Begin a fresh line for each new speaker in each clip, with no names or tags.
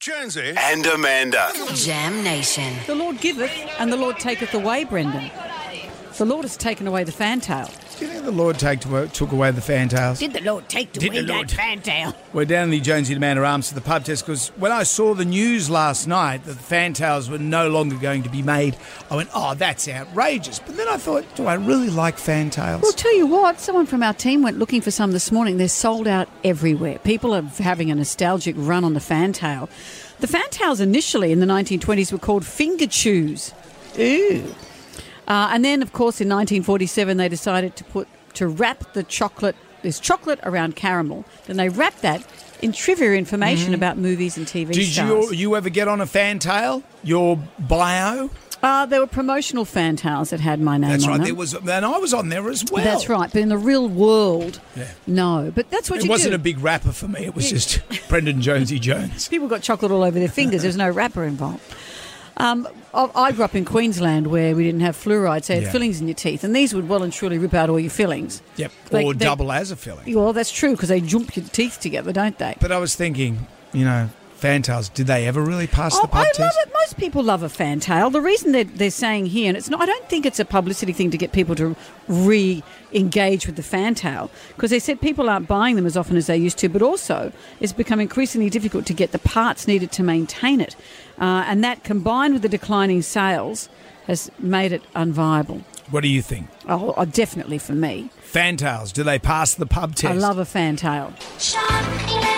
Jonesy.
and Amanda.
Jam Nation.
The Lord giveth and the Lord taketh away, Brendan. The Lord has taken away the fantail.
Do you think the Lord take to, took away the fantails?
Did the Lord take
Did
away
the Lord?
that fantail?
We're down in the Jonesy and Manor Arms for the pub test because when I saw the news last night that the fantails were no longer going to be made, I went, oh, that's outrageous. But then I thought, do I really like fantails?
Well, tell you what, someone from our team went looking for some this morning. They're sold out everywhere. People are having a nostalgic run on the fantail. The fantails initially in the 1920s were called finger chews. Ooh. Uh, and then, of course, in 1947, they decided to put to wrap the chocolate. There's chocolate around caramel. Then they wrapped that in trivia information about movies and TV
Mm-hmm. Did
stars.
you, you ever get on a fantail? Your bio?
Uh, there were promotional fantails that had my name
That's
on
right.
them.
There was, and I was on there as well.
That's right. But in the real world,
Yeah.
no. But that's what
It
you
wasn't
do.
a big rapper for me. It was just Brendan Jonesy Jones.
People got chocolate all over their fingers. There's no wrapper involved. Um, I I grew up in Queensland where we didn't have fluoride, so you had
Yeah.
fillings in your teeth, and these would well and truly rip out all your fillings.
Yep.
Like
or
they-
double as a filling.
Well, that's true because they jump your teeth together, don't they?
But I was thinking, you know, fantails. Did they ever really pass
Oh,
the pub
I
test?
love it. Most people love a fantail. The reason they're, they're saying here, and it's not, I don't think it's a publicity thing to get people to re engage with the fantail, because they said people aren't buying them as often as they used to, but also it's become increasingly difficult to get the parts needed to maintain it. Uh, and that combined with the declining sales has made it unviable.
What do you think?
Oh, oh, definitely for me.
Fantails. Do they pass the pub test?
I love a fantail.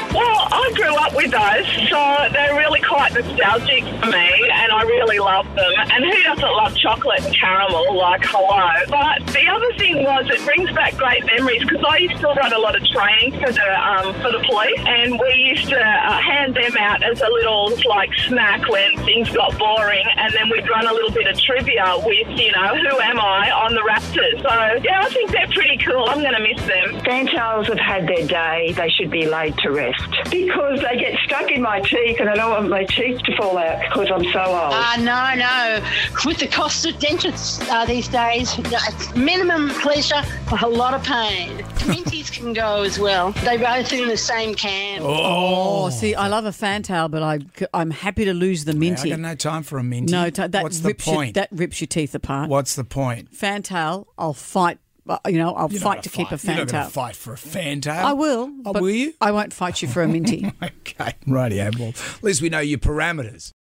Well, I grew up with those, so they're really quite nostalgic for me, and I really love them. And who doesn't love chocolate and caramel? Like, hello. But the other thing was, it brings back great memories because I used to run a lot of training for the um, for the police, and we used to uh, hand them out as a little like snack when things got boring, and then we'd run a little bit of trivia with, you know, who am I on the Raptors. So yeah, I think they're pretty cool. I'm going to miss them.
Fantiles have had their day. They should be laid to rest because they get stuck in my teeth, and I don't want my teeth to fall out because I'm so old.
Uh, no, no. With the cost of dentists uh, these days, no, it's minimum pleasure for a lot of pain. Minties can go as well. They both in the same camp.
Oh, see, I love a fantail, but I, I'm happy to lose the
Yeah, I
minty.
got no time for a minty.
no, t- that,
What's the
rips your,
point?
that rips your teeth apart.
What's the point?
fantail, I'll fight. uh, You know, I'll
You're not
fight
gonna
to keep a
You're not going
fantail.
to fight for a fantail.
I will.
Oh,
but
will you?
I won't fight you for a minty.
Okay. Rightio. Well, at least we know your parameters.